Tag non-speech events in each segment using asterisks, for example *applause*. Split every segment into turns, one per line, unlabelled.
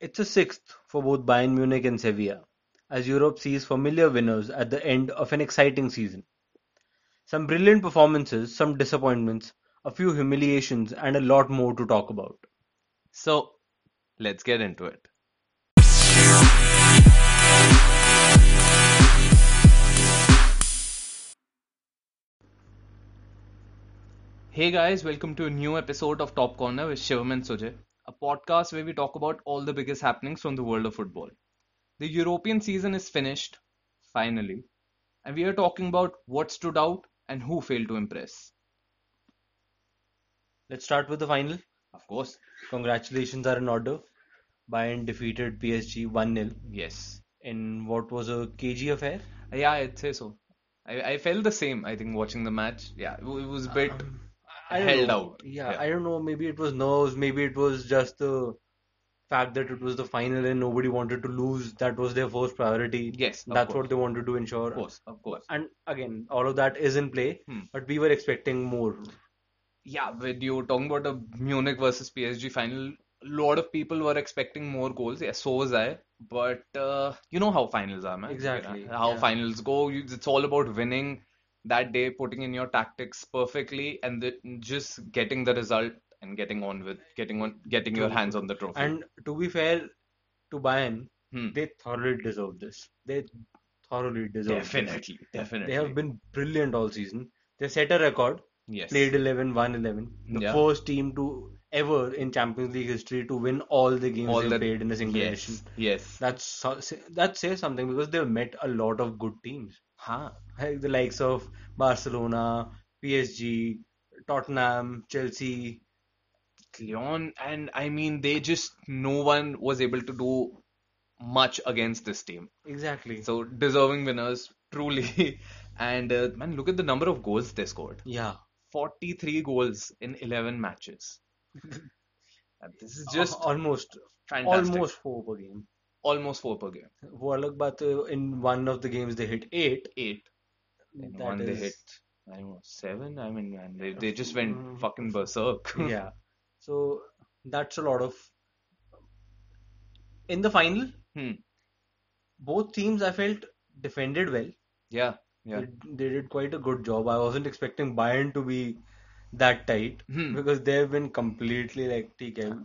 It's a sixth for both Bayern Munich and Sevilla, as Europe sees familiar winners at the end of an exciting season. Some brilliant performances, some disappointments, a few humiliations, and a lot more to talk about.
So, let's get into it. Hey guys, welcome to a new episode of Top Corner with Shivam and Sujay, a podcast where we talk about all the biggest happenings from the world of football. The European season is finished, finally, and we are talking about what stood out and who failed to impress.
Let's start with the final.
Of course,
Congratulations are in order. Bayern defeated PSG 1 0
yes.
in what was a cagey affair.
Yeah, I'd say so. I, I felt the same, I think, watching the match. Yeah, it wa- it was a bit
Um, I don't
held
know.
out.
Yeah, I don't know. Maybe it was nerves. Maybe it was just the fact that it was the final and nobody wanted to lose. That was their first priority.
Yes, of
That's
course.
what they wanted to ensure.
Of course, of course.
And again, all of that is in play,
Hmm.
but we were expecting more.
Yeah, when you were talking about the Munich versus PSG final, a lot of people were expecting more goals. Yeah, so was I. But uh, you know how finals are, man.
Exactly,
How
yeah.
finals go. You, it's all about winning that day, putting in your tactics perfectly, and the, just getting the result and getting on with getting on getting your
True.
hands on the trophy.
And to be fair to Bayern,
Hmm.
they thoroughly deserve this. They thoroughly deserve this.
Definitely, definitely.
They have been brilliant all season. They set a record,
Yes.
played 11, won 11. The
Yeah.
first team to ever in Champions League history to win all the games
all
they
the
played in a single
yes,
edition.
Yes.
That's so- that says something because they've met a lot of good teams.
Huh.
like the likes of Barcelona, PSG, Tottenham, Chelsea.
Leon, and I mean, they just no one was able to do much against this team.
Exactly.
So deserving winners, truly. *laughs* And uh, man, look at the number of goals they scored.
yeah.
43 goals in
*laughs*
11 matches. Uh, This is just
Al- almost
fantastic.
almost four per game.
Almost four per game.
Warlock Bath uh, in one of the games they hit eight.
Eight. In
That
one they
is-
hit, I don't know, seven. I mean, man, they they just went fucking berserk.
*laughs* Mm-hmm. yeah. So that's a lot of in the final,
*laughs* Hmm.
both teams I felt defended well.
Yeah. Yeah.
They, they did quite a good job. I wasn't expecting Bayern to be that tight
Hmm.
because they've been completely like, TK,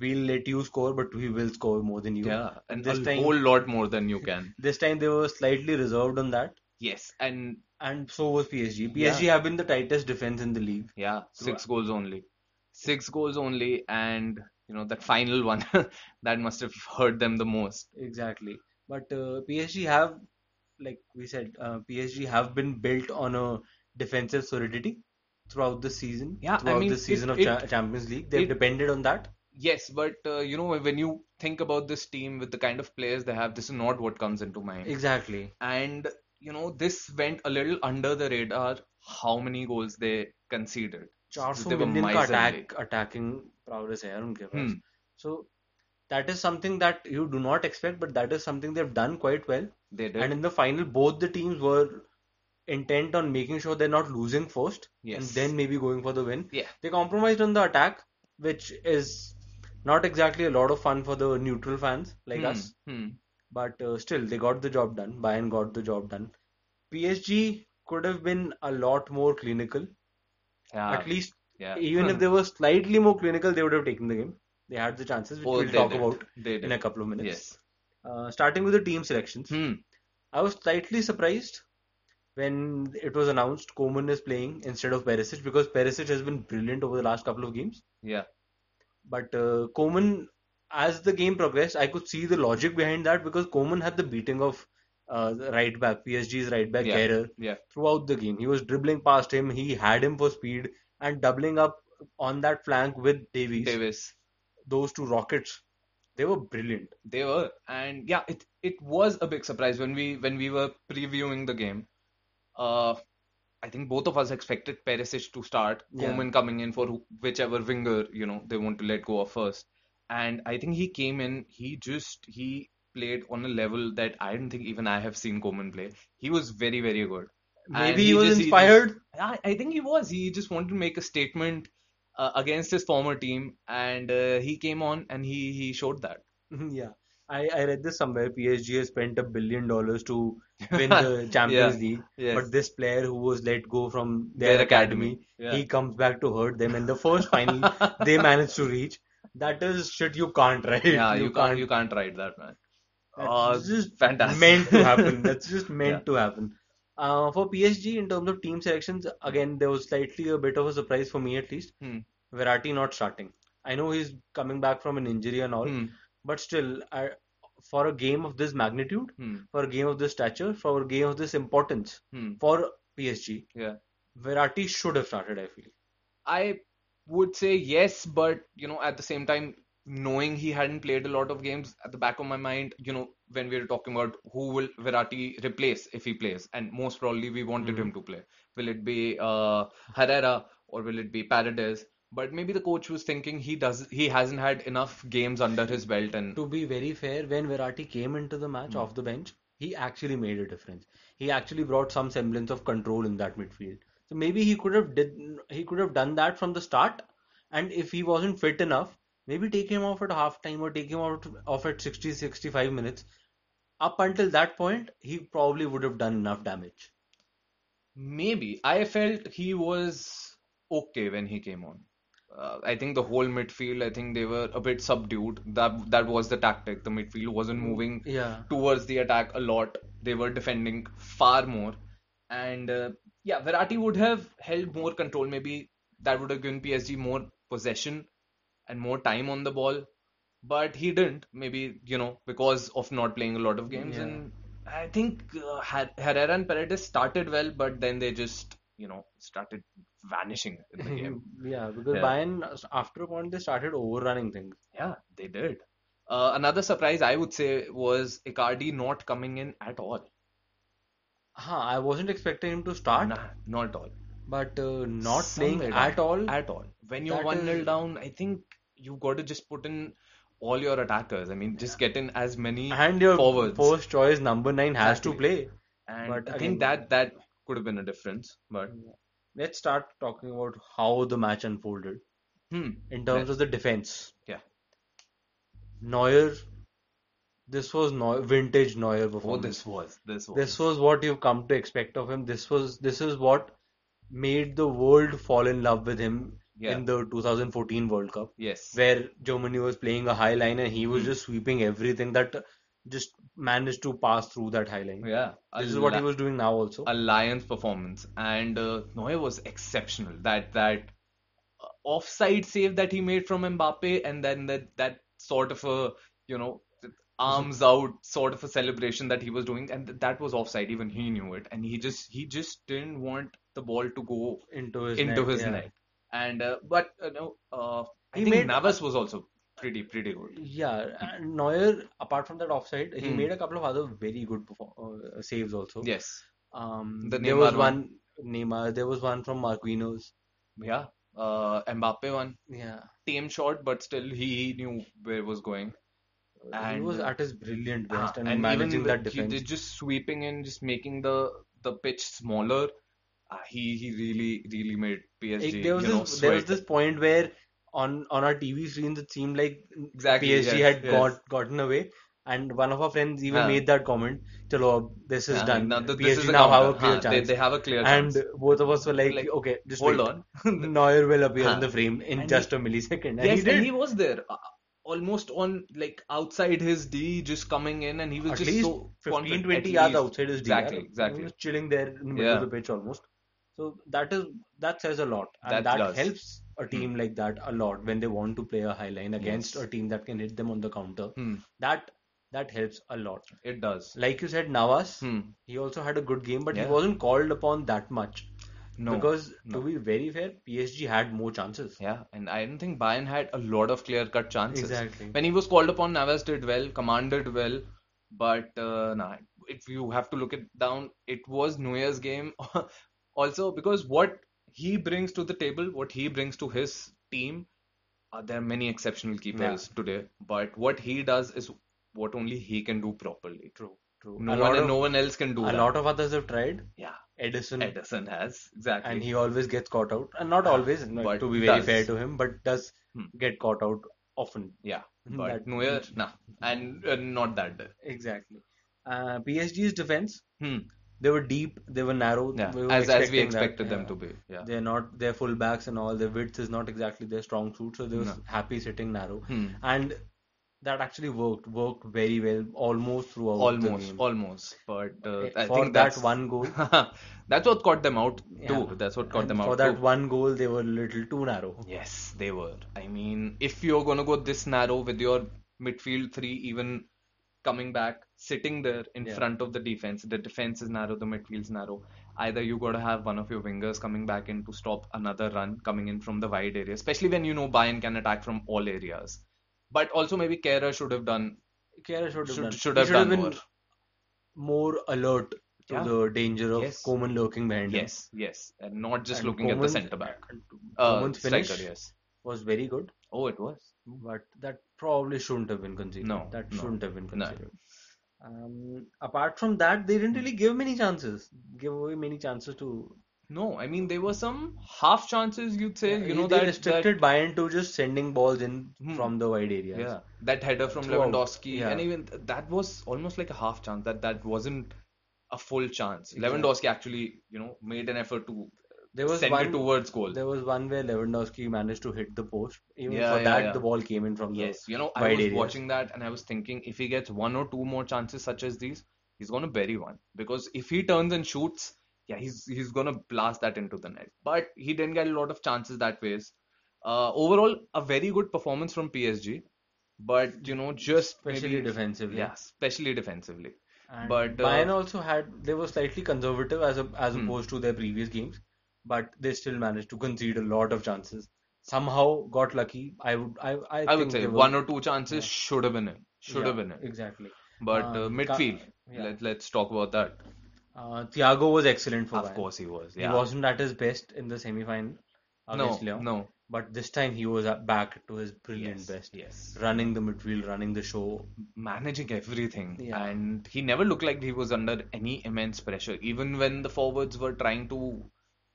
we'll let you score, but we will score more than you.
Yeah, and
this
a
time,
whole lot more than you can.
this time they were slightly reserved on that,
Yes, and
and so was PSG. PSG have been the tightest defense in the league.
yeah, six goals only. Six goals only, and you know that final one *laughs* that must have hurt them the most.
Exactly. But uh, PSG have, like we said, uh, PSG have been built on a defensive solidity throughout the season.
Yeah, I
throughout
mean,
the season
it-
of Cha-
it-
Champions League, they've
it-
depended on that.
Yes, but uh, you know when you think about this team with the kind of players they have, this is not what comes into mind.
Exactly.
And you know this went a little under the radar. How many goals they conceded?
चार सौ
They were
million का
miserly.
Attack attacking prowess है यार उनके पास
Hmm.
So that is something that you do not expect but that is something they have done quite well
They did.
And in the final both the teams were intent on making sure they're not losing first and
Yes.
then maybe going for the win
Yeah.
they compromised on the attack which is not exactly a lot of fun for the neutral fans like
Hmm.
us
Hmm.
but uh, still they got the job done Bayern got the job done PSG could have been a lot more clinical
Yeah.
at least
Yeah. Hmm.
even if they were slightly more clinical, they would have taken the game. They had the chances, which
Oh,
we'll
they
talk
did.
about
They
in
did.
a couple of minutes.
Yes.
Uh, starting with the team selections,
Hmm.
I was slightly surprised when it was announced Coman is playing instead of Perisic because Perisic has been brilliant over the last couple of games.
Yeah.
But uh, Coman, as the game progressed, I could see the logic behind that because Coman had the beating of uh, the right back, PSG's right back,
Yeah.
Guerrero,
Yeah.
throughout the game. He was dribbling past him, he had him for speed, and doubling up on that flank with Davies.
Davis.
Those two rockets, they were brilliant. *laughs*
They were, and yeah, it it was a big surprise when we when we were previewing the game. Uh, I think both of us expected Perisic to start,
Yeah.
Coman coming in for who- whichever winger you know they want to let go of first, and I think he came in. He just he played on a level that I don't think even I have seen Coman play. He was very very good. And
Maybe he was
just- just-
inspired.
I, I think he was. He just wanted to make a statement uh, against his former team, and uh, he came on and he he showed that.
Yeah, I, I read this somewhere. PSG has spent a billion dollars to win the Champions
*laughs* Yeah.
League,
Yes.
but this player who was let go from their
Their academy.
academy,
Yeah.
he comes back to hurt them in the first
*laughs*
final they manage to reach. That is shit you can't, right?
*laughs* Yeah,
You
you can't
can't.
you can't write that, man.
That's
Oh,
just
fantastic.
meant to
*laughs*
happen. That's just meant
Yeah.
to happen. Uh, for PSG, in terms of team selections, again, there was slightly a bit of a surprise for me at least.
Hmm.
Verratti not starting. I know he's coming back from an injury and all,
Hmm.
but still, I, for a game of this magnitude,
Hmm.
for a game of this stature, for a game of this importance,
Hmm.
for PSG,
Yeah.
Verratti should have started, I feel.
I would say yes, but you know, at the same time, knowing he hadn't played a lot of games, at the back of my mind, you know, when we were talking about who will Verratti replace if he plays, and most probably we wanted
Mhm.
him to play. Will it be uh, Herrera or will it be Paredes? But maybe the coach was thinking he does he hasn't had enough games under his belt, and
To be very fair, when Verratti came into the match off the bench, he actually made a difference. He actually brought some semblance of control in that midfield. So maybe he could have did he could have done that from the start. And if he wasn't fit enough, maybe take him off at half time or take him out off at 60, 65 minutes. Up until that point, he probably would have done enough damage.
maybe I felt he was okay when he came on. Uh, I think the whole midfield, I think they were a bit subdued. That that was the tactic. The midfield wasn't moving
*laughs* Yeah.
towards the attack a lot. They were defending far more. And uh, yeah, Verratti would have held more control. Maybe that would have given PSG more possession and more time on the ball. But he didn't. Maybe, you know, because of not playing a lot of games.
Yeah.
And I think uh, Her- Herrera and Paredes started well, but then they just, you know, started vanishing in the game.
*laughs* Yeah, because
Yeah.
Bayern, after a point, they started overrunning things.
*laughs* Yeah, they did. Uh, another surprise I would say was Icardi not coming in at all.
Huh, I wasn't expecting him to start.
Nah, not at all.
But uh, not playing
Somewhere
at
down.
all,
At all. When you're
that
1 0
is-
down, I think you've got to just put in all your attackers. I mean, just get in as many
and your
forwards.
first choice number nine has to
Exactly.
play.
and
but
I
again-
think that that could have been a difference. But
Let's start talking about how the match unfolded
hmm,
in terms of the defense.
yeah.
Neuer, this was Neuer, vintage Neuer
Oh,
performance.
this was this was
This was what you've come to expect of him. This was this is what made the world fall in love with him
Yeah.
in the 2014 World Cup.
yes.
where Germany was playing a high line and he
Hmm.
was just sweeping everything that just managed to pass through that high line.
Yeah, a
This is what he
la-
was doing now also.
a Lions performance, and uh, Neuer was exceptional. That that uh, offside save that he made from Mbappe, and then that that sort of a you know arms out sort of a celebration that he was doing, and th- that was offside. Even he knew it, and he just he just didn't want the ball to go
Into his
into
net,
his
yeah.
net. And uh, but you know, uh, I
He
think
made-
Navas was also pretty pretty good.
Yeah, and Neuer, apart from that offside, he
Hmm.
made a couple of other very good perform uh, saves also.
Yes,
Um,
The
there was
Neymar
one Neymar, there was one from Marquinhos.
yeah. Uh, Mbappe one
Yeah,
tame shot, but still he knew where it was going.
he
And,
was
uh,
at his brilliant
Ah,
best and, managing
with-
that
he
defense.
did just sweeping and just making the the pitch smaller. Uh, he he really really made PSG
Like, there was
you know
this there was
sweat.
this point where on on our TV screens it seemed like
Exactly,
PSG
yes,
had
yes.
got gotten away, and one of our friends even
Yeah.
made that comment. Chalo, ab this is
Yeah,
done.
now th-
PSG
this is the
now have
counter.
a clear
Huh,
chance.
They, they have a clear
and
chance.
both of us were like,
Like,
okay, just
hold
wait.
on.
*laughs* Neuer will appear in
Huh.
the frame in
And
just a millisecond, and
yes,
he did.
and he was there, uh, almost on like outside his D, just coming in, and he was
At
just
least
so
15,
confident.
20
At
yards
least.
outside his
exactly,
DR.
exactly.
He was chilling there in the middle of
Yeah.
the pitch almost. So that is that says a lot, and
That
that
does. Hmm.
helps a team like that a lot when they want to play a high line against
Yes.
a team that can hit them on the counter.
Hmm,
That that helps a lot.
it does.
Like you said, Navas,
Hmm.
he also had a good game, but he
Yeah.
wasn't called upon that much
No.
because
no.
to be very fair, PSG had more chances.
Yeah, and I don't think Bayern had a lot of clear-cut chances.
Exactly.
When he was called upon, Navas did well, commanded well, but uh, nah, if you have to look it down, it was Neuer's game *laughs* also because what he brings to the table, what he brings to his team, uh, there are many exceptional keepers today, but what he does is what only he can do properly.
True, true. a
No one
lot
and
of
no one else can do
a
that.
lot of others have tried.
Yeah,
Edison,
Ederson has exactly.
and he always gets caught out, and not
Yeah,
always, no,
Ah, but
to be very
does.
fair to him, but does
Hmm.
get caught out
often.
*laughs*
Yeah, but
That-
Neuer, nah, and uh, not that day.
Exactly. Uh, PSG's defense,
Hmm.
they were deep, they were narrow.
Yeah,
were
as as
expecting
we
that,
expected them
yeah.
to be. Yeah.
They're not their full backs and all. Their width is not exactly their strong suit, so they were
No.
happy sitting narrow,
Hmm.
and that actually worked worked very well almost throughout the
Almost,
game.
almost, but uh, I
For
think
that
that's *laughs*
one goal,
that's what caught them out too.
Yeah.
That's what caught
And
them out
for that
too.
one goal, they were a little too narrow.
Yes, they were. I mean, if you're going to go this narrow with your midfield three, even coming back, sitting there in
Yeah.
front of the defense, the defense is narrow, the midfield's narrow. Either you got to have one of your wingers coming back in to stop another run coming in from the wide area, especially when you know Bayern can attack from all areas. But also maybe Kehrer should have done
Kehrer should have
should
done.
should
he
have
should
done
been
more.
more alert to
Yeah.
the danger of
Yes.
Coleman lurking behind him.
Yes, yes, and not just
And
looking at the
Coleman's-
centre back. Uh,
Coleman's
striker,
finish
yes.
was very good,
Oh, it was.
but that probably shouldn't have been considered.
No,
that
no,
shouldn't have been
no.
considered. Um, apart from that, they didn't really give many chances. Give away many chances to.
No, I mean there were some half chances you'd say, you know
uh, they
that that
restricted Bayern to just sending balls in
Hmm.
from the wide areas.
yeah, that header from
Throughout,
Lewandowski
yeah.
and even th- that was almost like a half chance that that wasn't a full chance.
Exactly.
Lewandowski actually, you know, made an effort to
There was
send
one
it towards goal.
There was one where Lewandowski managed to hit the post. Even
Yeah,
for
yeah,
that,
yeah.
the ball came in from the.
Yes, you know, I
wide
was
areas.
watching that and I was thinking if he gets one or two more chances such as these, he's gonna bury one because if he turns and shoots, yeah, he's he's gonna blast that into the net. But he didn't get a lot of chances that ways. Uh, overall, a very good performance from PSG, but you know, just
especially
maybe
defensively.
yeah, especially defensively.
And
But, uh,
Bayern also had they were slightly conservative as a, as
Hmm.
opposed to their previous games, but they still managed to concede a lot of chances. Somehow got lucky. I would I I,
I
think
would say
they were,
one or two chances
yeah.
should have been in, should have
yeah,
been in.
exactly.
But
Um,
uh,
Ka-
midfield,
yeah.
let let's talk about that.
Uh, Thiago was excellent for
Of
Bayern.
course, he was.
he
Yeah.
wasn't at his best in the semi final
No,
against Lyon,
no.
but this time he was at- back to his brilliant
Yes,
best.
yes.
Running the midfield, running the show.
managing everything
Yeah.
and he never looked like he was under any immense pressure even when the forwards were trying to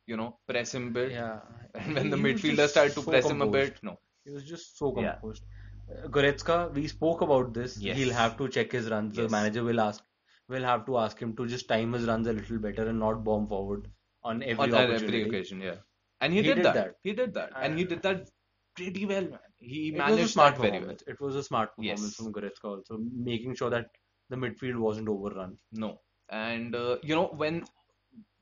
you know press him a bit
Yeah,
*laughs* and when the
He was
midfielder
just
started to
so
press him a
composed.
bit no
He was just so
Yeah.
composed. Uh, Goretzka, we spoke about this.
Yes.
He'll have to check his runs. The
Yes.
manager will ask, will have to ask him to just time his runs a little better and not bomb forward on every
on every
opportunity.
occasion yeah and he,
He
did,
did
that.
that.
he did that and he did that pretty well man he
It
managed
was a smart
that very well
performance. It was a smart performance
Yes.
from Goretzka also, making sure that the midfield wasn't overrun.
No. And uh, you know, when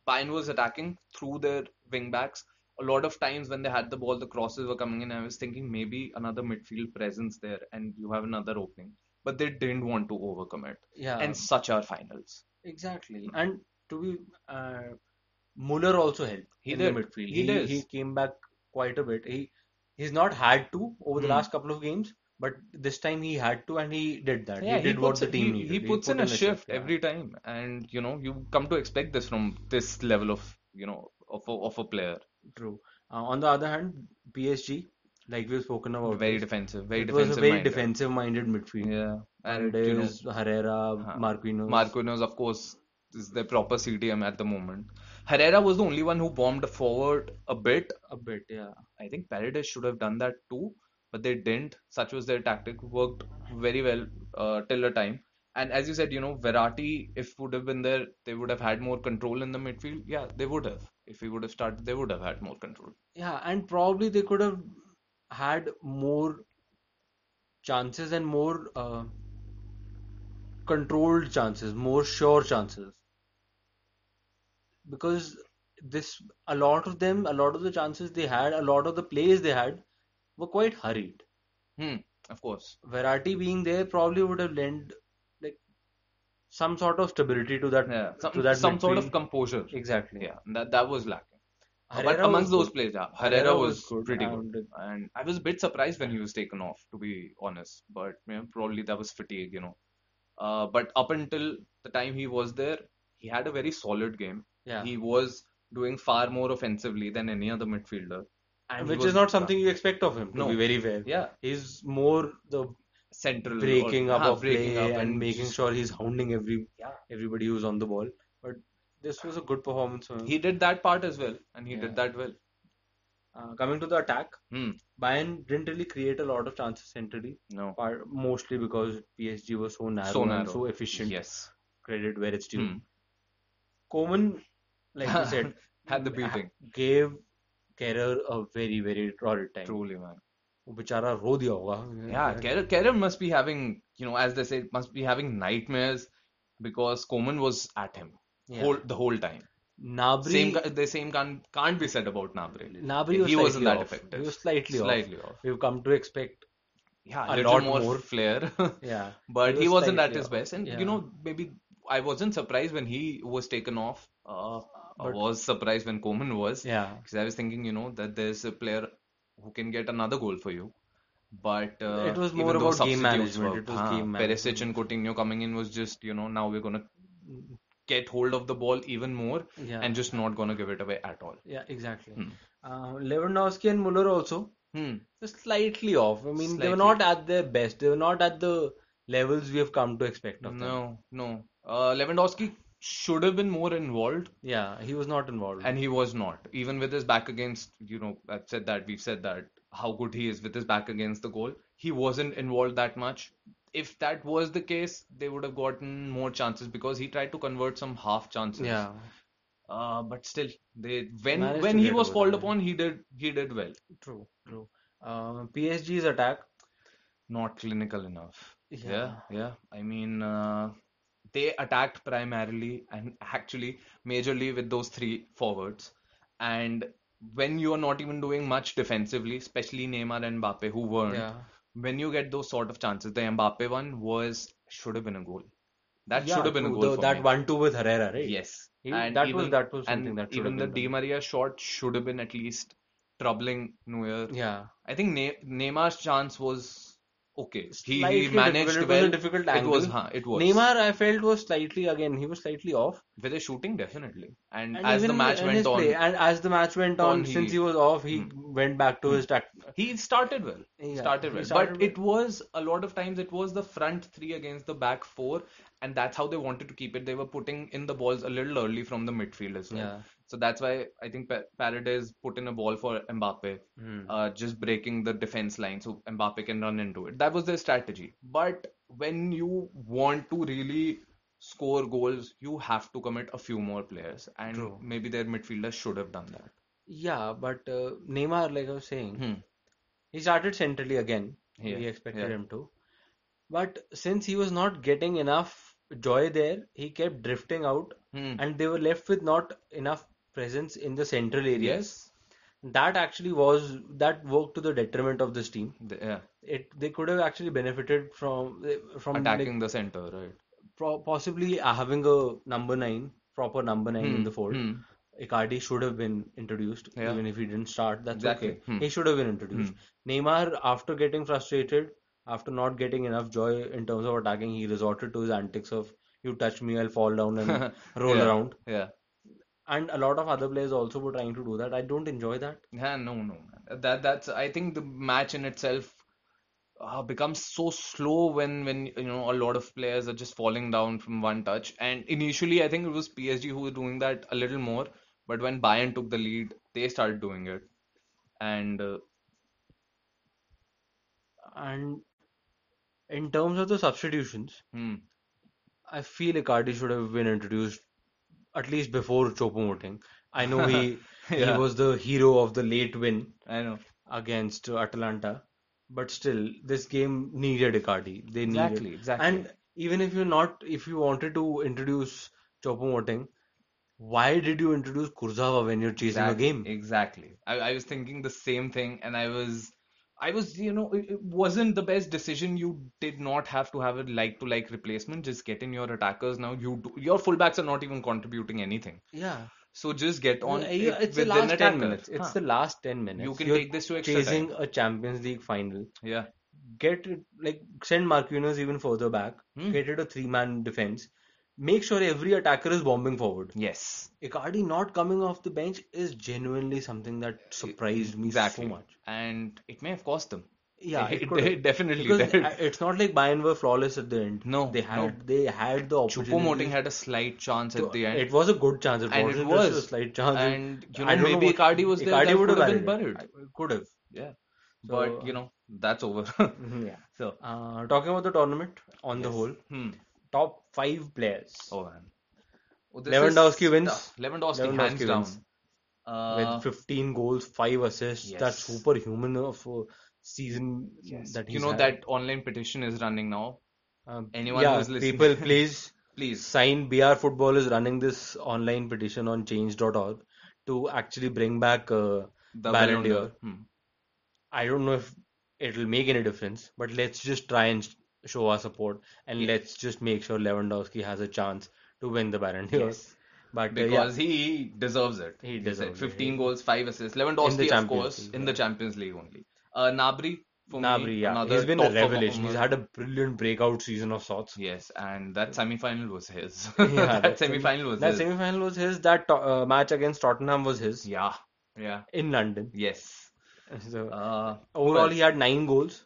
Bayern was attacking through their wing backs, a lot of times when they had the ball, the crosses were coming in. I was thinking maybe another midfield presence there and you have another opening. But they didn't want to overcome it.
Yeah,
And such are finals.
exactly. And to be, uh, Muller also helped
He
in
did.
the midfield.
He does.
he came back quite a bit. He he's not had to over the
Hmm.
last couple of games, but this time he had to and he did that.
Yeah,
he did what
puts
the
in-
team
he,
needed.
He puts
put
in a shift
yeah.
every time. And you know, you come to expect this from this level of, you know, of a, of a player.
True. Uh, on the other hand, PSG, like we've spoken about,
Very
this,
defensive, very
it was a
defensive
very uh,
minded.
defensive-minded midfield.
Yeah. And you know,
Paredes, Herrera,
Huh.
Marquinhos.
Marquinhos, of course, is the proper CDM at the moment. Herrera was the only one who bombed forward a bit.
a bit, yeah.
I think Paredes should have done that too, but they didn't. Such was their tactic. Worked very well uh, till the time. And as you said, you know, Verratti, if would have been there, they would have had more control in the midfield. Yeah, they would have. If he would have started, they would have had more control.
Yeah, and probably they could have had more chances and more uh, controlled chances, more sure chances. Because this, a lot of them, a lot of the chances they had, a lot of the plays they had were quite hurried.
Hmm, of course.
Verratti being there probably would have lent like some sort of stability to that
Yeah, some,
to that
some sort of
midfield.
composure.
exactly.
Yeah, that that was lacking. but
Herrera was
amongst those
good.
players, yeah, Herrera,
Herrera
was,
was good
pretty
and-
good. And I was a bit surprised when he was taken off, to be honest. But you know, probably that was fatigue, you know. Uh, but up until the time he was there, he had a very solid game.
Yeah.
He was doing far more offensively than any other midfielder. And he
which
was-
is not something you expect of him to
No.
be very fair.
Yeah,
He's more the
central or-
breaking up
huh,
of
Ah, breaking
play
up
and making
just-
sure he's hounding every
Yeah.
everybody who's on the ball. But this was a good performance from him.
He did that part as well, and he
Yeah.
did that well.
Uh, coming to the attack,
Hmm.
Bayern didn't really create a lot of chances centrally,
No.
par- mostly because PSG was so narrow,
So
and
narrow.
so efficient.
Yes.
Credit where it's due.
Hmm.
Coman, like you said,
*laughs* Had the beating.
gave Kerr a very very torrid time.
Truly, man.
वो बेचारा रो दिया होगा
Yeah, Kerr, Kerr must be having, you know, as they say, must be having nightmares because Coman was at him
Yeah.
whole the whole time.
Nabri,
Same, ca- the same can't can't be said about Nabri.
Nabri was
he wasn't
slightly
that
off.
effective.
He was slightly,
Slightly
off.
off.
We've come to expect,
Yeah,
A
little
lot
more,
more. *laughs*
flair.
yeah.
But he,
was
wasn't at
slightly
his
off.
best, and
Yeah.
you know, maybe I wasn't surprised when he was taken off. Uh, I
But-
was surprised when Coman was,
Yeah,
because I was thinking, you know, that there's a player who can get another goal for you. But uh,
It was
even
more
though
about game
substitutes
management.
were-
It was
हाँ,
game
Perisic and Coutinho coming in was just, you know, now we're gonna get hold of the ball even more
yeah,
and just not gonna give it away at all.
yeah, exactly.
Hmm.
Uh, Lewandowski and Muller also
Hmm.
were slightly off. I mean, they were
Slightly.
not at their best. They were not at the levels we have come to expect of them.
No, no. Uh, Lewandowski should have been more involved.
Yeah, he was not involved.
And he was not. Even with his back against, you know, I've said that, we've said that, how good he is with his back against the goal. He wasn't involved that much. If that was the case, they would have gotten more chances because he tried to convert some half chances.
yeah,
Uh, but still, they when
Managed
when
to
he
get
was
over
called
them.
upon, he did he did well.
true, true. Uh, PSG's attack.
Not clinical enough.
Yeah.
yeah. I mean, uh, they attacked primarily and actually majorly with those three forwards. And when you are not even doing much defensively, especially Neymar and Mbappe, who weren't,
Yeah.
when you get those sort of chances, the Mbappe one was should have been a goal. That
Yeah,
should have been a
true.
goal
The-
for
that
me.
one-two with Herrera, right?
Yes.
He-
and
that was
even
that was
and
something that should
even the
have
Di
been
Maria shot should have been at least troubling Neuer.
done. Yeah.
I think Ne- Neymar's chance was okay. He,
Slightly
he managed
difficult. It was
well.
a difficult
it was,
angle.
huh, it was.
Neymar, I felt was slightly again. He was slightly off.
with his shooting, definitely. And,
And
as the
even
match
in
went
his
on,
play- and as the match went
on,
on,
he- Hmm.
since he was off, he went back to his tact.
he started well.
Yeah,
started
he
well.
started
but
well.
it was a lot of times it was the front three against the back four, and that's how they wanted to keep it. They were putting in the balls a little early from the midfield as well.
Yeah.
So that's why I think pa- Paredes put in a ball for Mbappe,
Hmm.
uh, just breaking the defense line so Mbappe can run into it. That was their strategy. But when you want to really score goals, you have to commit a few more players, and
True.
maybe their midfielders should have done that.
Yeah, but uh, Neymar, like I was saying,
Hmm.
he started centrally again.
Yeah,
We expected
yeah.
him to. But since he was not getting enough joy there, he kept drifting out,
Hmm.
and they were left with not enough presence in the central areas.
Yes.
That actually was that worked to the detriment of this team.
The- uh, yeah.
It they could have actually benefited from eh, from like,
attacking the center, right?
pro- possibly uh, having a number nine, proper number nine in the fold.
hmm.
Icardi should have been introduced,
Yeah.
even if he didn't start. That's
Exactly.
okay.
Hmm.
He should have been introduced. Neymar, after getting frustrated, after not getting enough joy in terms of attacking, he resorted to his antics of "you touch me, I'll fall down
*laughs*
and roll
Yeah.
around."
Yeah.
And a lot of other players also were trying to do that. I don't enjoy that.
Yeah, no, no, man. That that's I think the match in itself uh, becomes so slow when when you know a lot of players are just falling down from one touch. And initially, I think it was PSG who were doing that a little more, but when Bayern took the lead, they started doing it. And uh,
And in terms of the substitutions,
hmm,
I feel Icardi should have been introduced at least before Choupo-Moting. I know *laughs* he
Yeah.
he was the hero of the late win
I know
against uh, Atalanta, but still this game needed Icardi. They needed
Exactly, exactly.
And even if you're not, if you wanted to introduce Choupo-Moting, why did you introduce Kurzawa when you're chasing a
Exactly,
game?
Exactly. I, I was thinking the same thing, and I was, I was, you know, it, it wasn't the best decision. You did not have to have a like-to-like replacement. Just get in your attackers now. You do, your fullbacks are not even contributing anything.
Yeah.
So just get on.
Yeah,
it
it's the
with an
last 10
attacker.
minutes. It's
Huh.
the last 10 minutes.
can
You're
take this to extra time.
chasing a Champions League final.
Yeah.
get it like send Marquinhos even further back,
Hmm.
get it a three man defense, make sure every attacker is bombing forward.
Yes.
Icardi not coming off the bench is genuinely something that surprised me
Exactly.
so much.
And it may have cost them. *laughs*
Yeah,
It,
it could have.
definitely
Because
*laughs* did.
I- it's not like Bayern were flawless at the end.
No,
they
no.
had they had the opportunity.
Choupo-Moting had a slight chance at the end.
It was a good chance. It
And
wasn't
it
just
was.
a slight chance.
And, you
I
know,
don't
maybe
what-
Icardi was there, that
Icardi
could
would have
have been
buried it. Could have.
Yeah. but
So,
you know that's over. *laughs*
Mhm, yeah.
so
Uh, talking about the tournament on the
yes.
whole,
hmm.
top five players
oh man, Oh, this is
Lewandowski wins.
tough. Lewandowski,
Lewandowski
hands down.
wins.
Uh,
with 15 goals, five assists. That's
yes.
superhuman of a season that
you
he's
know
had.
that online petition is running now.
Um,
anyone
yeah,
who's listening- *laughs*
people, please
Please,
sign. BR Football is running this online petition on Change.org to actually bring back uh,
the
Ballon
Ballon d'Or.
d'Or.
Hmm.
I don't know if it'll make any difference, but let's just try and sh- show our support and
Yeah.
let's just make sure Lewandowski has a chance to win the Ballon d'Or.
Yes.
But uh, yeah,
Because he deserves it.
He
said
deserves it,
15
he-
goals, 5 assists. Lewandowski, of
Champions
course,
League,
in
yeah.
the Champions League only. Uh, Nabri, for
Gnabry,
me,
yeah,
another
he's been
top
a revelation. He's
performer.
had a brilliant breakout season of sorts.
Yes, and that semi-final was *laughs* his.
Yeah,
that semi-final was
that
his.
semi-final was his. That to- uh, match against Tottenham was his
Yeah, yeah,
in London.
yes.
So
Uh,
overall,
else?
he had nine goals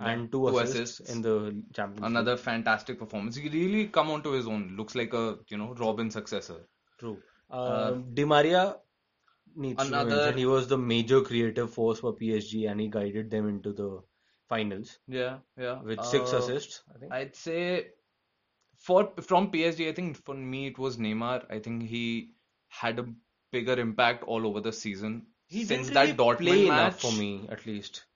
Yeah,
and two,
two
assists,
assists.
in the Champions
another fantastic performance. He really come onto his own. Looks like a, you know, Robin successor.
League. True. Uh,
Uh,
Di Maria needs to be
another-
mentioned. He was the major creative force for PSG, and he guided them into the finals
Yeah, yeah.
with six
Uh,
assists. I think.
I'd say for from PSG, I think for me it was Neymar. I think he had a bigger impact all over the season.
He
Since
didn't
that
really
Dortmund
play enough
match,
for me, at least.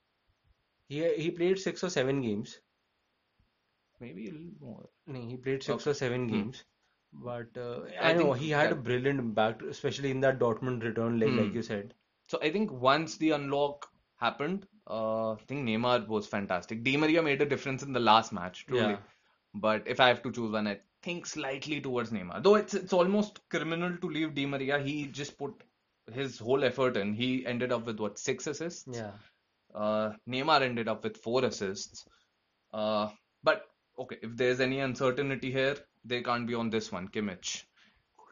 He he played six or seven games.
maybe a little more.
No, he played six
Okay.
or seven
Hmm.
games, but uh,
I
I know
think
he had a
that-
brilliant impact, especially in that Dortmund return leg, like
Hmm.
you said.
So I think once the unlock happened, uh, I think Neymar was fantastic. Di Maria made a difference in the last match, truly.
Yeah.
But if I have to choose one, I think slightly towards Neymar. Though it's it's almost criminal to leave Di Maria. He just put his whole effort in. He ended up with what six assists.
Yeah,
Uh, Neymar ended up with four assists. Uh, but okay, if there's any uncertainty here, they can't be on this one. Kimmich.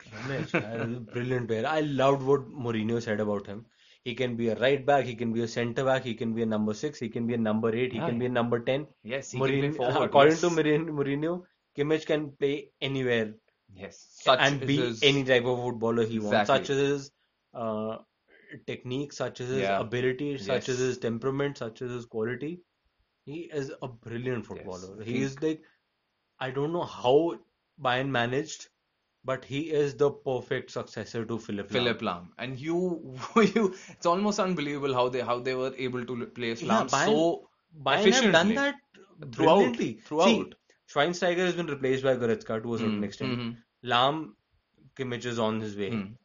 Kimmich, a brilliant player. I loved what Mourinho said about him. He can be a right back, he can be a centre back, he can be a number six, he can be a number eight, he can
Yeah.
be a number ten.
Yes, he can play
Mourinho,
forward.
according
yes.
to Mourin- Mourinho, Kimmich can play anywhere
yes, such
and
is
be
his-
any type of footballer he wants, such
Exactly.
as his uh, technique, such as his
Yeah.
ability, such as
Yes.
his temperament, such as his quality. He is a brilliant footballer.
I
He is like, I don't know how Bayern managed, but he is the perfect successor to Philip Lahm.
Philip Lahm, and you, *laughs* you, it's almost unbelievable how they how they were able to place
Yeah,
Lahm
Bayern-
so
Bayern have done
efficiently.
that
Throughout-
brilliantly.
throughout.
See, Schweinsteiger has been replaced by Goretzka to a certain
Mm,
extent.
mhm,
Lahm, Kimmich is on his way.
mm.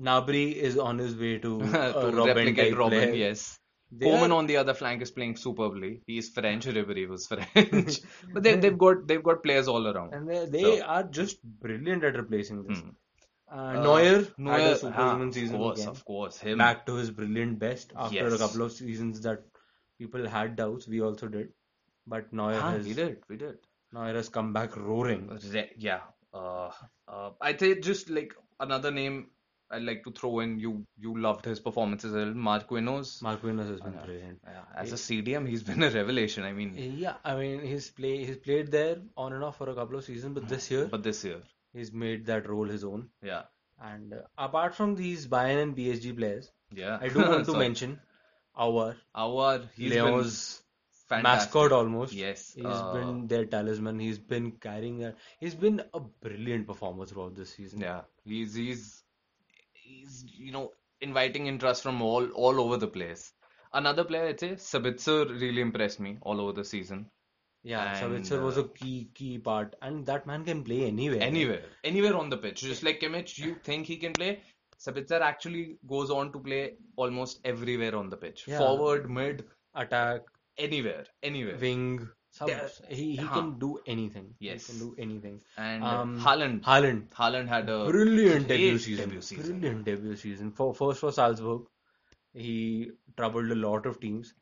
Nabri is on his way
*laughs*
to
To
a Robin
replicate
type
Robin,
player.
yes.
They
Coman
are-
on the other flank is playing superbly. He's French, Ribery
*laughs*
was *laughs* French, but they they've got they've got players all around.
and they, they
So-
are just brilliant at replacing this.
Mm.
Uh,
Uh,
Neuer had
Neuer,
a
ah,
superhuman
of
season
course,
again,
of course, him.
back to his brilliant best after a
Yes.
couple of seasons that people had doubts. We also did, but Neuer
Ah,
has
we did, we did.
Neuer has come back roaring.
Re- yeah. Uh, uh, I think just like another name I'd like to throw in. You you loved his performances, uh, Marquinhos.
Marquinhos has been
Yeah.
brilliant.
Yeah, As a CDM, he's *laughs* been a revelation. I mean,
eh, Yeah, I mean he's play he's played there on and off for a couple of seasons, Hmm. but this year
but this year,
he's made that role his own.
yeah,
And uh, apart from these Bayern and PSG players,
yeah.
*laughs* I do
*laughs*
want to
So,
mention our
our he's been
Leon's
fantastic.
mascot almost.
Yes,
He's
uh,
been their talisman. He's been carrying that. He's been a brilliant performer throughout this season.
Yeah, he's he's he's you know inviting interest from all all over the place. Another player, I'd say Sabitzer really impressed me all over the season.
Yeah,
And,
Savitzer was
uh,
a key key part, and that man can play anywhere. man.
Anywhere, anywhere on the pitch. Just like Kimmich, you think he can play. Sabitzer actually goes on to play almost everywhere on the pitch.
Yeah.
Forward, mid,
Attack,
anywhere, anywhere.
wing, subs.
There-
He he
huh.
can do anything.
Yes.
He can do anything.
And
Um,
Haaland,
Haaland,
Haaland had a
brilliant
great
debut season.
debut season.
Brilliant debut season. For first for Salzburg, he troubled a lot of teams.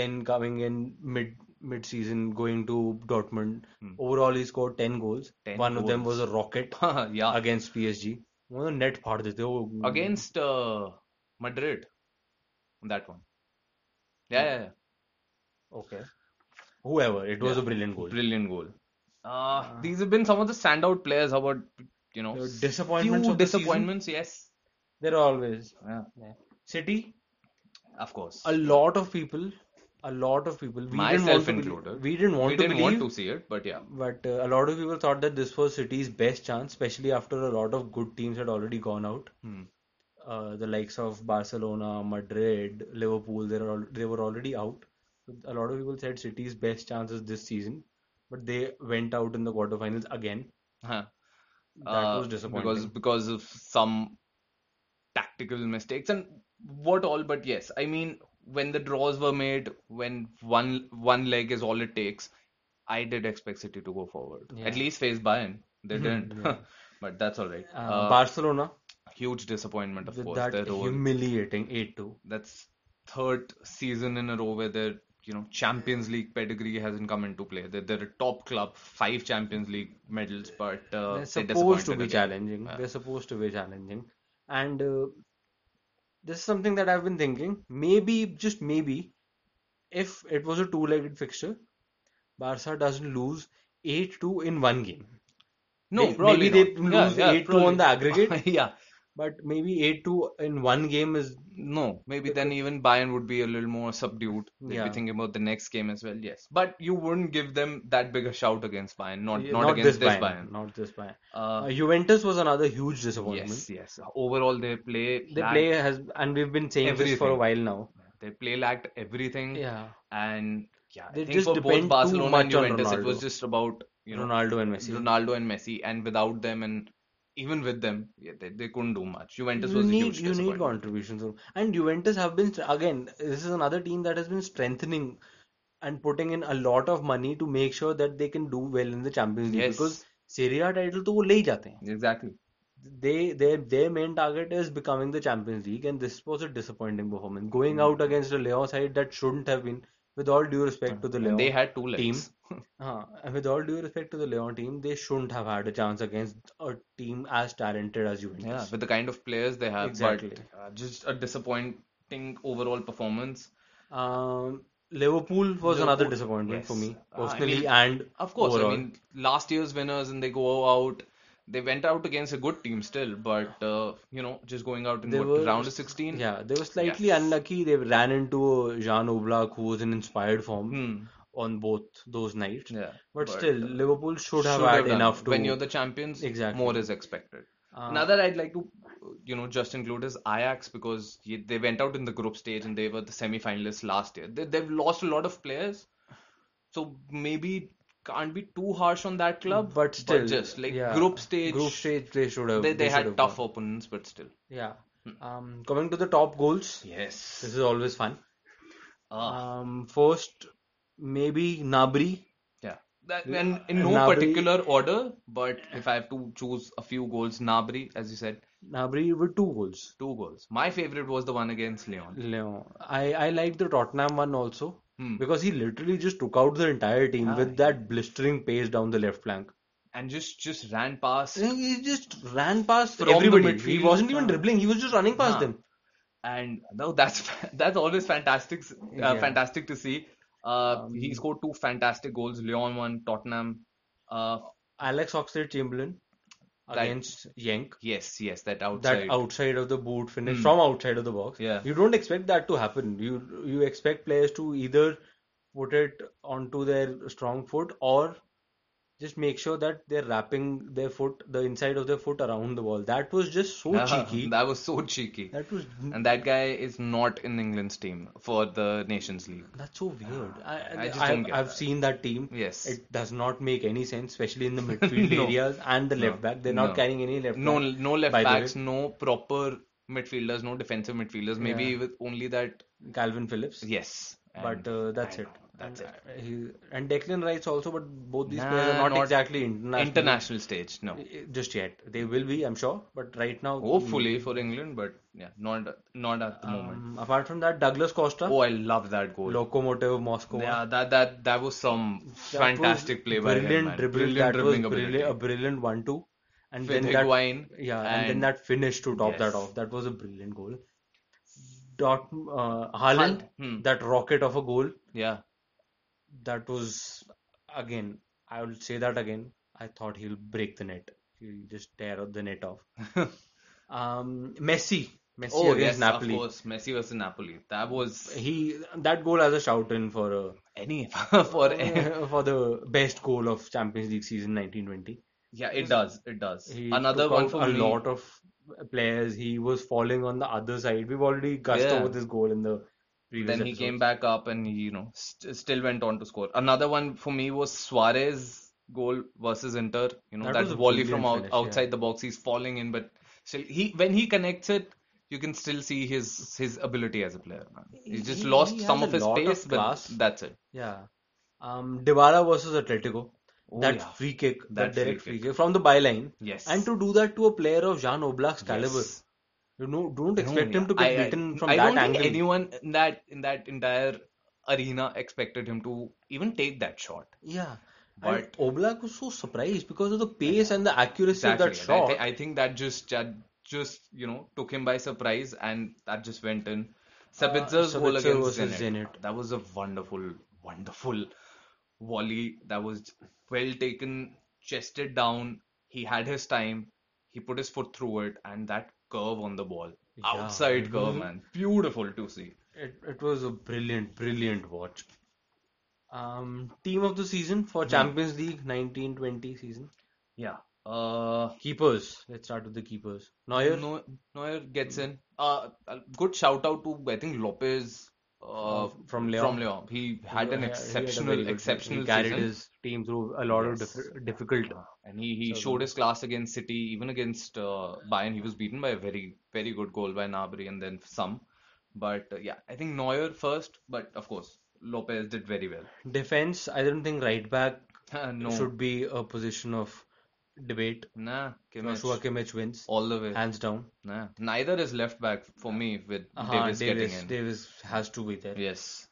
Then coming in mid mid season, going to Dortmund.
Hmm.
Overall, he scored 10 goals.
10
One of them
goals.
was a rocket *laughs*
*laughs* Yeah,
against PSG. वो net फाड़ देते हो
against uh, Madrid, that one. Yeah, yeah, yeah.
okay whoever it was
Yeah.
a brilliant goal
Brilliant goal. Uh, these have been some of the standout players. How about you know
The disappointments
few
of the season?
disappointments? Yes.
there are always
Yeah.
City
of course.
A lot of people, a lot of people, we didn't want
Myself
to believe-
included.
we didn't want
we
to
didn't
believe,
want to see it, but yeah.
but uh, a lot of people thought that this was City's best chance, especially after a lot of good teams had already gone out.
Hmm.
uh, the likes of Barcelona, Madrid, Liverpool, they all they were already out. So a lot of people said City's best chances this season, but they went out in the quarterfinals again.
Huh.
That
Uh,
was disappointing.
Because because of some tactical mistakes and what all, but yes, I mean when the draws were made, when one one leg is all it takes, I did expect City to go forward. At
Yeah.
least face Bayern.
*laughs*
They didn't.
Yeah.
*laughs* But that's all right.
Uh,
Uh,
Barcelona
huge disappointment, of
with
course.
that
Their role.
humiliating 8-2.
That's third season in a row where their, you know, Champions League pedigree hasn't come into play. They're, they're a top club, five Champions League medals, but uh,
They're
they
supposed to
disappointed
be
again. Uh.
challenging.
Yeah.
They're supposed to be challenging. And uh, this is something that I've been thinking. Maybe, just maybe, if it was a two-legged fixture, Barca doesn't lose 8-2 in one game.
No,
They-
probably
maybe
not.
they lose 8-2 on the aggregate.
*laughs* yeah,
But maybe 8-2 in one game is
no, maybe then even Bayern would be a little more subdued. They'd be
Yeah.
thinking about the next game as well. Yes, but you wouldn't give them that big a shout against Bayern, not
yeah,
not
this
against
Bayern,
Bayern.
not this Bayern.
Uh,
Uh, Juventus was another huge disappointment.
yes, yes. Overall, they play
They
lacked-
play has, and we've been saying this for a
Everything.
while now.
They play lacked everything,
Yeah,
and yeah, I
They
think
just
for
depend
both
too
Barcelona and
much on
Juventus, it was
Ronaldo.
just about you know
Ronaldo and Messi.
Ronaldo and Messi, and without them and even with them, yeah, they, they couldn't do much. Juventus
You
was a
need
huge
you need
disappointment.
contributions, from- and Juventus have been stre- again. This is another team that has been strengthening and putting in a lot of money to make sure that they can do well in the Champions League
Yes.
because Serie A title तो वो ले ही जाते हैं.
Exactly.
They their their main target is becoming the Champions League, and this was a disappointing performance. Going
Mm.
out against a Lyon side that shouldn't have been, with all due respect to the
And
Lyon
they had two legs.
team,
*laughs*
uh, with all due respect to the Lyon team, they shouldn't have had a chance against a team as talented as
Yeah,
Juventus.
with the kind of players they have,
Exactly.
but uh, just a disappointing overall performance.
Um, Liverpool was another
Liverpool,
disappointment for
yes.
me
Uh, I
personally,
mean,
and
Of course,
overall,
I mean last year's winners, and they go out. They went out against a good team still, but uh, you know, just going out in
They
what,
were-
round of 16.
yeah, they were slightly
Yes.
unlucky. They ran into uh, Jan Oblak, who was in inspired form
Hmm.
on both those nights.
Yeah.
But
But,
still,
uh,
Liverpool should have
Should
had
have done
enough
it.
to.
When you're the champions,
Exactly.
more is expected.
Uh,
Another I'd like to, you know, just include is Ajax because ye- they went out in the group stage and they were the semi-finalists last year. They, they've lost a lot of players, so maybe can't be too harsh on that club.
but still,
just like
yeah,
group stage,
group stage they should have.
they, they,
should
had
have
tough
won.
opponents, but still.
Yeah. Um, coming to the top goals,
Yes.
this is always fun.
Ah,
Um, first, maybe Nabri.
yeah. That, and in no
Gnabry-
particular order, but if I have to choose a few goals, Nabri, as you said,
Nabri with two goals.
two goals. My favorite was the one against Leon.
No, I I like the Tottenham one also
Hmm.
because he literally just took out the entire team
Yeah,
with that blistering pace down the left flank.
and just just ran past
He just ran past
From the
everybody. he
midfield,
wasn't even
yeah.
dribbling. He was just running past
Yeah.
them.
and no that's *laughs* that's always fantastic uh,
Yeah.
fantastic to see uh, he
Um,
scored two fantastic goals Lyon one Tottenham uh,
Alex Oxlade-Chamberlain
That-
against Yenk.
yes yes that
That
outside
outside of the boot finish
Hmm.
from outside of the box.
Yeah.
You don't expect that to happen. You you expect players to either put it onto their strong foot or just make sure that they're wrapping their foot, the inside of their foot around the ball. That was just so cheeky.
Uh-huh. that was so cheeky
That was
and that guy is not in England's team for the Nations League
that's so weird. I, I,
Uh, I just
have
don't get
I've
that.
seen that team.
Yes.
It does not make any sense, especially
*laughs*
in the midfield
No.
areas and the
No.
left back. They're
No.
not carrying any left
no
back.
no left
By the way-
backs no proper midfielders no defensive midfielders maybe
Yeah.
with only that
Calvin Phillips.
yes
But
And
uh, that's
I
it.
know, that's
and,
it
uh, he, and Declan Rice also, but both these
Nah,
players are not,
not
exactly international.
international stage no
Just yet. They will be, I'm sure. But right now,
Hopefully for England, but yeah, not not at the moment.
Mm. um, apart from that, Douglas Costa,
Oh, I love that goal.
Lokomotiv Moscow.
yeah, that that that was some
That
fantastic
was
play by him,
brilliant
man.
dribbling.
Brilliant
that
dribbling
was
ability.
brilliant, a brilliant one-two, and
With
then that
Higuain
yeah, and, then
and-
that finish to top that
Yes.
off. That was a brilliant goal. Dot uh, Haaland,
Hmm.
that rocket of a goal.
Yeah,
That was again. I will say that again. I thought
*laughs*
he'll break the net. He'll just tear the net off. um, Messi Messi
Oh, yes,
against Napoli.
of course. Messi versus Napoli. That was
He that goal has a shout in for uh,
any *laughs*
Oh,
for
*laughs* for the best goal of Champions League season 1920.
*laughs* yeah, it does. It does.
He
Another
took
one
out
for
a
me.
lot of players. He was falling on the other side. We've already gushed
Yeah.
over this goal in the previous.
Then he
episodes.
came back up and he, you know, st still went on to score. Another one for me was Suarez goal versus Inter. You know,
That
that,
was a
volley from
brilliant
out,
finish, yeah.
outside the box. He's falling in, but still, he when he connects it, you can still see his his ability as a player, man. He's just
He-
lost
he
some
has
of
a
his
lot of
pace, but
class.
that's it.
Yeah. Um, Dybala versus Atletico.
Oh,
that
yeah.
free kick, that,
That free
direct free
kick.
kick. from the byline.
Yes.
And to do that to a player of Jean Oblak's caliber,
Yes.
you know, don't
No,
expect him to
I-
get
I-
beaten from
I
that
don't
angle.
think anyone in that in that entire arena expected him to even take that shot.
Yeah. And
But-
Oblak was so surprised because of the pace and the accuracy of that
Exactly. I,
shot.
thi- I think that just that just you know took him by surprise, and that just went in. Sabitzer's goal
Uh, Sabitzer
against
versus
Zenit.
Zenit.
That was a wonderful, wonderful volley. That was well taken, chested down. He had his time. He put his foot through it, and that curve on the ball,
Yeah, Mm-hmm.
outside
it
curve,
was-
man, beautiful to see.
It, it was a brilliant, brilliant watch. Um, team of the season
Hmm.
for Champions League 1920 season.
Yeah. Uh,
Keepers. Let's start with the keepers. Neuer.
Neuer, Neuer gets in. Uh, a good shout out to I think Lopez uh,
From- from Lyon.
From Lyon, he had an
Yeah, he had a very
exceptional,
good-
exceptional
He carried
season,
his team through a lot of
Yes.
diffi- difficult.
and he he
So
showed
good.
his class against City, even against uh, Bayern. He was beaten by a very very good goal by Gnabry and then some. But uh, yeah, I think Neuer first, but of course Lopez did very well. *laughs* Uh,
Defense. I don't think right back
no,
should be a position of debate.
nah, Kimmich
Joshua Kimmich wins
all the way.
hands down.
Nah, neither is left back for me with
Uh-huh,
Davis getting
Davis,
in.
Davis has to be there.
Yes.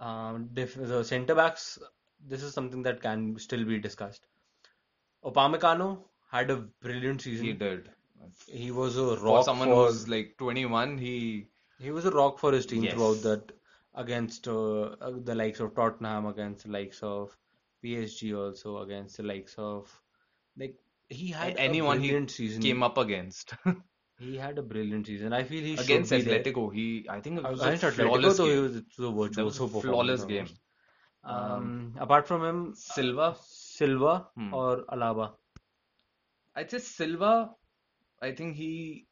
Um, def the centre backs, this is something that can still be discussed. Upamecano had a brilliant
He
season.
did.
He was a
For
rock
someone
for
who's like 21, he
he was a rock for his team
Yes.
throughout that against uh, uh, the likes of Tottenham, against the likes of PSG, also against the likes of like he had a
anyone he
brilliant season.
came up against *laughs*
He had a brilliant season. I feel he should
against
be there.
Atletico. He, I think it was a
Against Atletico,
flawless
though he
game.
was a
That was a
virtuoso performance
flawless game.
almost. Um, apart from him,
Silva,
Silva
Hmm.
or Alaba.
I'd say Silva. I think he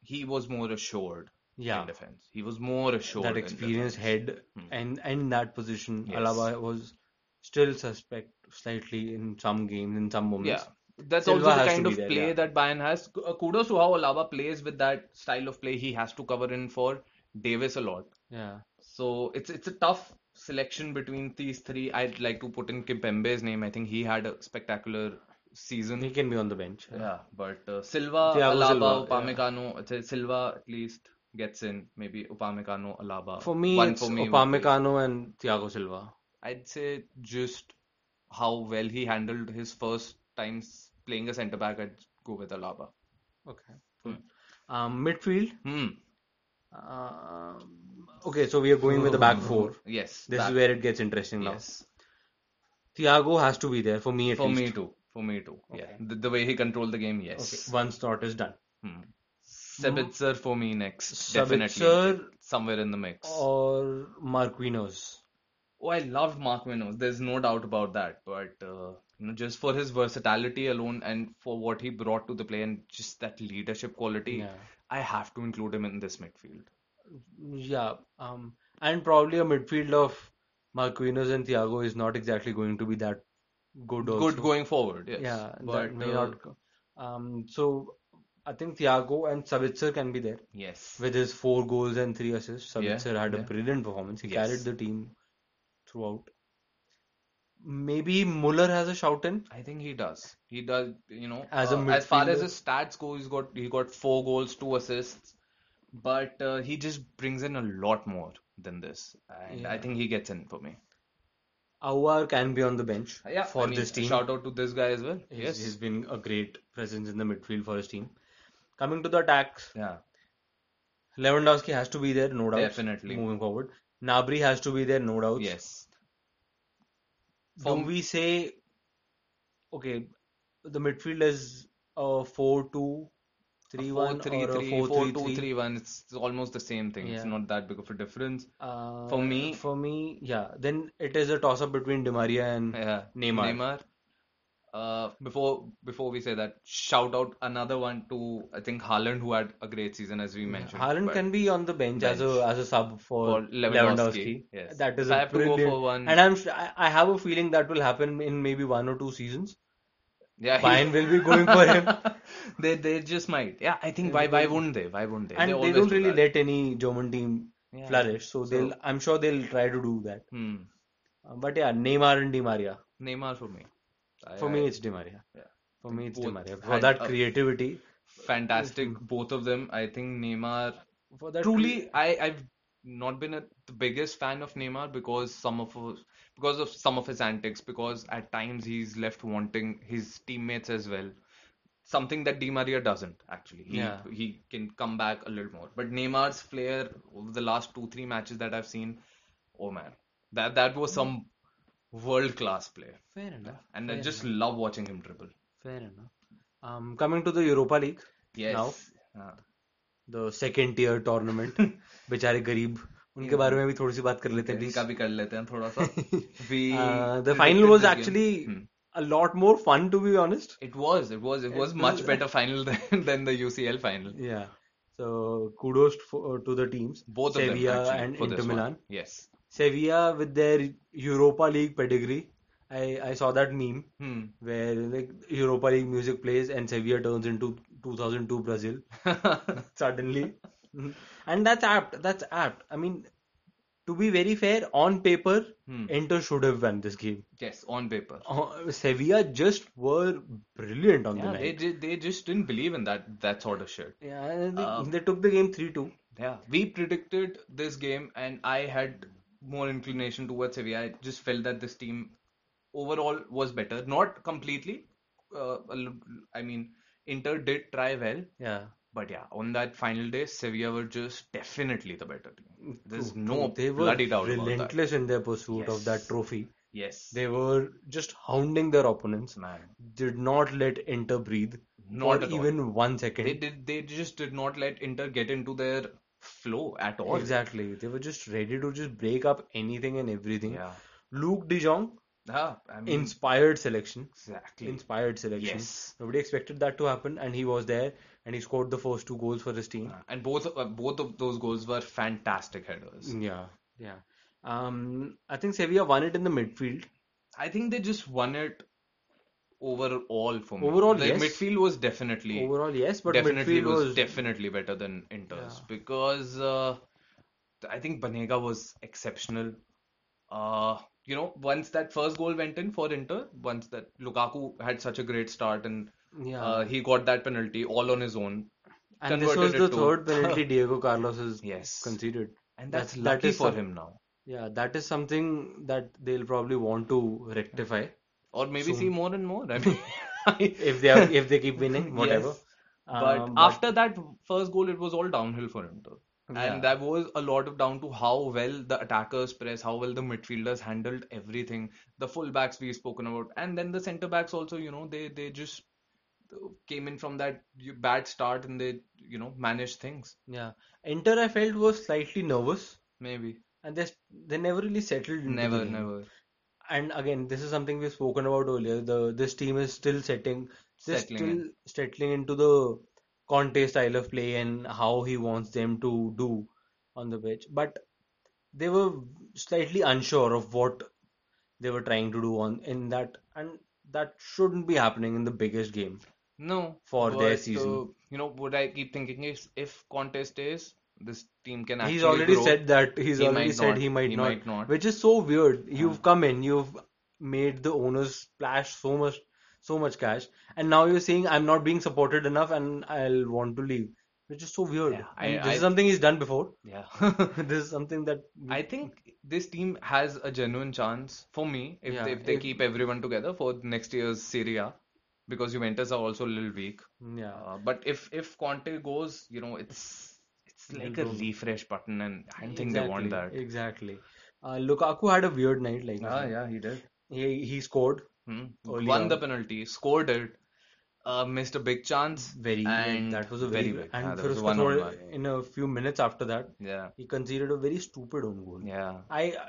he was more assured
Yeah.
in defense. He was more assured.
That
in
experience
defense.
head
Hmm.
and and in that position,
Yes.
Alaba was still suspect slightly in some games, in some
Yeah,
moments.
that's
Silva
also the
has to
kind
be
of
there,
play
yeah.
that Bayern has. K- uh, Kudos to how Alaba plays with that style of play. He has to cover in for Davis a lot.
Yeah.
So it's it's a tough selection between these three. I'd like to put in Kimpembe's name. I think he had a spectacular
He
season.
can be on the bench.
Yeah, but uh, Silva,
Thiago
Alaba,
Silva,
Upamecano, I'd say Silva at least gets in. Maybe Upamecano, Alaba.
For me,
One
it's
for me would be-
Upamecano and Thiago Silva.
I'd say just how well he handled his first times playing a centre back. I'd go with Alaba.
Okay. Um, midfield.
Hmm.
Um, okay, so we are going with the back
*laughs*
four.
Yes.
This
Hmm. back-
is where it gets interesting now.
Yes.
Thiago has to be there for me at
For
least.
me too. For me too. Yeah.
Okay.
The, the way he controlled the game, yes.
Okay, one slot is done.
Hmm. Sabitzer for me next, definitely.
Sabitzer
Somewhere in the mix. Oh,
or Marquinhos.
I loved Mark Minos. There's no doubt about that. But uh, you know, just for his versatility alone and for what he brought to the play and just that leadership quality,
Yeah.
I have to include him in this midfield.
Yeah, um, and probably a midfield of Marquinhos and Thiago is not exactly going to be that good also.
Good going forward, yes.
Yeah, that
But
may
uh,
not. co- Um, so I think Thiago and Sabitzer can be there
yes.
with his four goals and three assists.
Yeah,
Sabitzer had a
yeah.
brilliant performance. He
Yes.
carried the team throughout. Maybe Muller has a shout in.
I think he does. He does, you know,
As a
uh, as far as
midfielder.
his stats go, he's got he got four goals, two assists, but uh, he just brings in a lot more than this, and I
Yeah.
think he gets in for me.
Aouar can be on the bench
Uh, Yeah,
for
I mean,
this team.
Shout out to this guy as well.
He's,
yes.
he's been a great presence in the midfield for his team. Coming to the attacks,
Yeah.
Lewandowski has to be there, no doubts.
Definitely.
Moving forward, Nabri has to be there, no doubts.
Yes.
Do
From-
we say, okay, the midfield is a 4-2 3
Four,
1
three,
or a
three,
4
four,
3
two,
3.
three, one. It's, it's almost the same thing. It's
Yeah.
not that big of a difference.
Uh,
For me-
for me, yeah. Then it is a toss up between Di Maria and
Yeah,
Neymar.
Uh, before before we say that, shout out another one to I think Haaland who had a great season as we mentioned.
Haaland
but-
can be on the bench, as a
Bench.
as a sub for,
For Lewandowski,
Lewandowski.
yes.
That is
If I
a
have to go for
brilliant.
one-
And I'm s- I, I have a feeling that will happen in maybe one or two seasons.
yeah, he-
Bayern will be going for him,
*laughs* they they just might. Yeah, I think why why wouldn't they? Why wouldn't they?
and they
always
don't
do
really
that.
let any German team
Yeah.
flourish. So they'll I'm sure they'll try to do that.
Hmm.
Uh, But yeah, Neymar and Di Maria.
Neymar for me. I-
For
I-
me, it's Di Maria.
Yeah.
For me, it's Di
Both
Maria. For
had
that
a-
creativity,
fantastic, both of them. I think Neymar.
for that
Truly, I I've not been a, the biggest fan of Neymar because some of his- because of some of his antics. Because at times he's left wanting his teammates as well. Something that Di Maria doesn't actually. He
Yeah.
he can come back a little more. But Neymar's flair over the last two three matches that I've seen, oh man, that that
Hmm.
was some world class play.
fair enough.
And I
fair
just
enough,
love watching him dribble.
fair enough. Um, coming to the Europa League,
Yes. Ah. हाँ.
the second tier tournament, *laughs* बेचारे गरीब उनके बारे में भी थोड़ी सी बात कर लेते हैं
इनका भी कर लेते हैं थोड़ा
*laughs*
सा
Uh, the
we predicted
final was
this game.
actually
Hmm.
a lot more fun, to be honest.
it was it was it was much better final *laughs* than than the UCL final
Yeah. So kudos for, to the teams,
both of them
Sevilla
actually
and
for
Inter
this one.
Milan.
yes
Sevilla with their Europa League pedigree. I, I saw that meme
hmm
where like Europa League music plays and Sevilla turns into 2002
*laughs*
Brazil suddenly. And that's apt. That's apt. I mean, to be very fair, on paper,
Hmm.
Inter should have won this game.
yes on paper
Uh, Sevilla just were brilliant on the
yeah they
night.
ju- they just didn't believe in that that sort of shit
Yeah, and they,
Um,
they took the game 3-2.
Yeah, we predicted this game, and I had more inclination towards Sevilla. I just felt that this team overall was better, not completely. Uh, a l- I mean, Inter did try well,
Yeah.
but yeah, on that final day, Sevilla were just definitely the better team. There's
True,
no
true. They were
bloody doubt about that.
relentless in their pursuit of that
Yes.
trophy.
Yes,
They were just hounding their opponents.
man,
Did not let Inter breathe
Not
for
at all.
even one second.
they did. They just did not let Inter get into their flow at all.
Exactly. They were just ready to just break up anything and everything.
Yeah.
Luke De Jong,
Yeah, I mean,
inspired selection.
exactly.
Inspired selection.
Yes.
Nobody expected that to happen, and he was there and he scored the first two goals for his team.
Uh, And both uh, both of those goals were fantastic headers.
Mm, Yeah, yeah. Um, I think Sevilla won it in the midfield.
I think they just won it overall for me.
Overall,
Their
yes.
midfield was definitely
Overall, yes, but
definitely
midfield
was,
was
definitely better than Inter's
Yeah.
because uh, I think Banega was exceptional. Uh, you know, once that first goal went in for Inter, once that Lukaku had such a great start and
yeah.
uh, he got that penalty all on his own.
and this was
converted
the
it to-
third penalty Diego Carlos has
Yes.
conceded.
*laughs* And that's
That- that
lucky
is
for
some-
him now.
Yeah, that is something that they'll probably want to
*laughs*
rectify
Or maybe
So-
see more and more. I mean,
if they are, if they keep
*laughs*
winning, whatever.
Yes. But
Um,
after that first goal, it was all downhill for Inter.
Yeah.
And that was a lot of down to how well the attackers press, how well the midfielders handled everything, the fullbacks we've spoken about, and then the centre backs also, you know, they they just came in from that bad start and they, you know, managed things.
yeah, Inter I felt was slightly nervous,
Maybe.
and they they never really settled. into the
Never,
game.
never.
And again, this is something we've spoken about earlier. The this team is still setting, they're
Settling
still settling into the Conte style of play and how he wants them to do on the pitch. But they were slightly unsure of what they were trying to do on in that, and that shouldn't be happening in the biggest game.
No,
For their
but, uh,
season.
you know, what I keep thinking is if Conte stays, this team can
He's
actually
already
grow.
said that he's
He
already
might
said
not.
he might
He
not,
might not. Hmm.
which is so weird. You've come in, you've made the owners splash so much, so much cash, and now you're saying I'm not being supported enough and I'll want to leave, which is so weird.
Yeah, I-
And this
I-
is something he's done before. *laughs*
Yeah. *laughs*
This is something that we-
I think this team has a genuine chance for me if
Yeah,
they, if they
if-
keep everyone together for next year's Serie A because Juventus are also a little weak.
yeah,
Uh, but if if Conte goes, you know, it's it's like a
They'll go.
refresh button, and I don't think they want that. Ah,
Exactly, Exactly. Uh, Lukaku had a weird night, like you said.
yeah, he did.
he he scored.
Hmm.
Early
Won
on.
the penalty, scored it. uh, missed a big chance.
Very
and
that was a very,
big.
and
yeah, that was
Firoz
one on
Kathor
one.
in a few minutes after that
Yeah,
he conceded a very stupid own goal.
yeah.
I uh,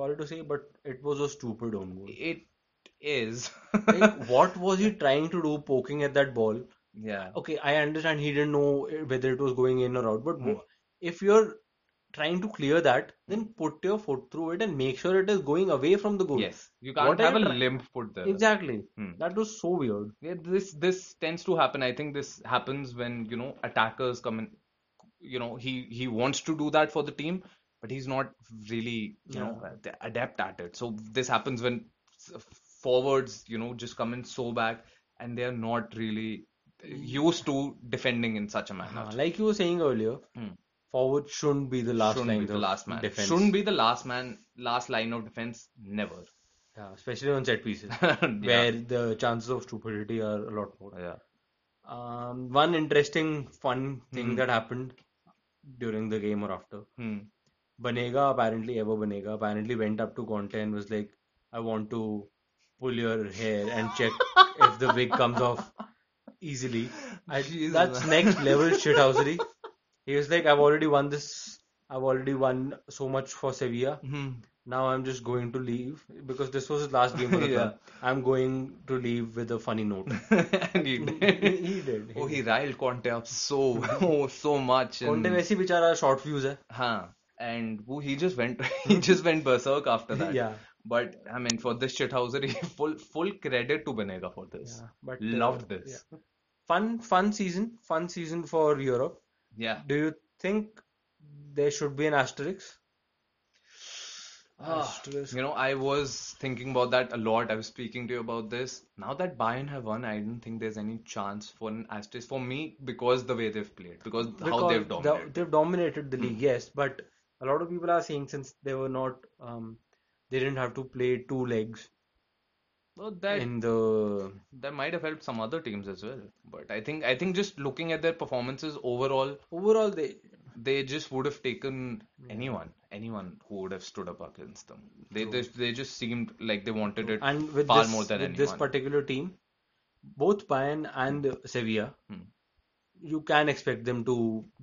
sorry to say, but it was a stupid own goal.
It is.
Like, what was he trying to do poking at that ball?
*laughs* yeah,
Okay, I understand he didn't know whether it was going in or out, but
Hmm.
if you're trying to clear that, then put your foot through it and make sure it is going away from the goal.
yes. You can't
Oh. What are
have a
you try-
limp foot there.
Exactly.
Hmm.
That was so weird.
Yeah, this this tends to happen. I think this happens when, you know, attackers come in. You know, he he wants to do that for the team, but he's not really, you know, ad- adept at it. So this happens when s- forwards, you know, just come in so back and they're not really used to defending in such a manner.
Uh, like you were saying earlier,
Hmm.
forward shouldn't be the last
Shouldn't
line
be the
of
last man.
defense.
Shouldn't be the last man, last line of defense, never. *laughs*
Yeah, especially on set pieces
Yeah.
where the chances of stupidity are a lot more.
Yeah.
Um, one interesting fun thing
Hmm.
that happened during the game or after.
Hmm.
Banega apparently Evo Banega apparently went up to Conte and was like, I want to pull your hair and check if the wig comes off easily. I,
Jesus,
that's
man.
next
*laughs*
level shithousery. He was like, I've already won this. I've already won so much for Sevilla.
Hmm. *laughs*
Now I'm just going to leave because this was his last game for the
*laughs* Yeah.
club. I'm going to leave with a funny note.
And *laughs* he did.
*laughs* he did.
Oh, he riled Conte up so *laughs* oh, so much.
Conte
and,
वैसे ही बेचारा short fuse है.
huh. And वो- he just went *laughs* he just went berserk after that.
Yeah.
But I mean, for this shithousery, *laughs* full full credit to Benega for this.
Yeah, but uh,
Loved this.
yeah. Fun, fun season, fun season for Europe.
Yeah.
Do you think there should be an asterisk?
Ah,
Asterisk.
you know, I was thinking about that a lot. I was speaking to you about this. Now that Bayern have won, I don't think there's any chance for an asterisk for me because the way they've played, because how
Because
they've
the-
dominated. Hmm.
they've dominated the league, yes, but a lot of people are saying since they were not, um, they didn't have to play two legs
So that
in the.
that might have helped some other teams as well. But I think I think just looking at their performances overall,
Overall, they.
they just would have taken anyone, anyone who would have stood up against them. They they, they just seemed like they wanted it
And with
far
this,
more than
with
anyone.
this particular team, both Bayern and Sevilla,
Hmm.
you can expect them to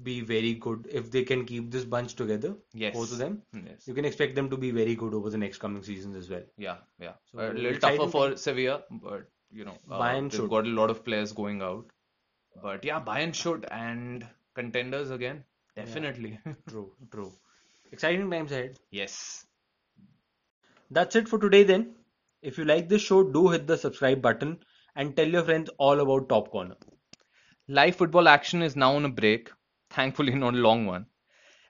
be very good if they can keep this bunch together.
Yes.
Both of them.
Yes.
You can expect them to be very good over the next coming seasons as well.
Yeah, yeah.
So,
a little
exciting
tougher for Sevilla, but you know, uh,
Bayern
they've
should.
got a lot of players going out. But yeah, Bayern should and contenders again, definitely. *laughs*
True, true. Exciting times ahead.
Yes.
That's it for today then. If you like this show, do hit the subscribe button and tell your friends all about Top Corner.
Live football action is now on a break, thankfully not a long one,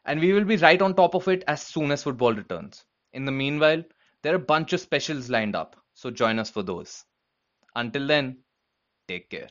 and we will be right on top of it as soon as football returns. In the meanwhile, there are a bunch of specials lined up, so join us for those. Until then, take care.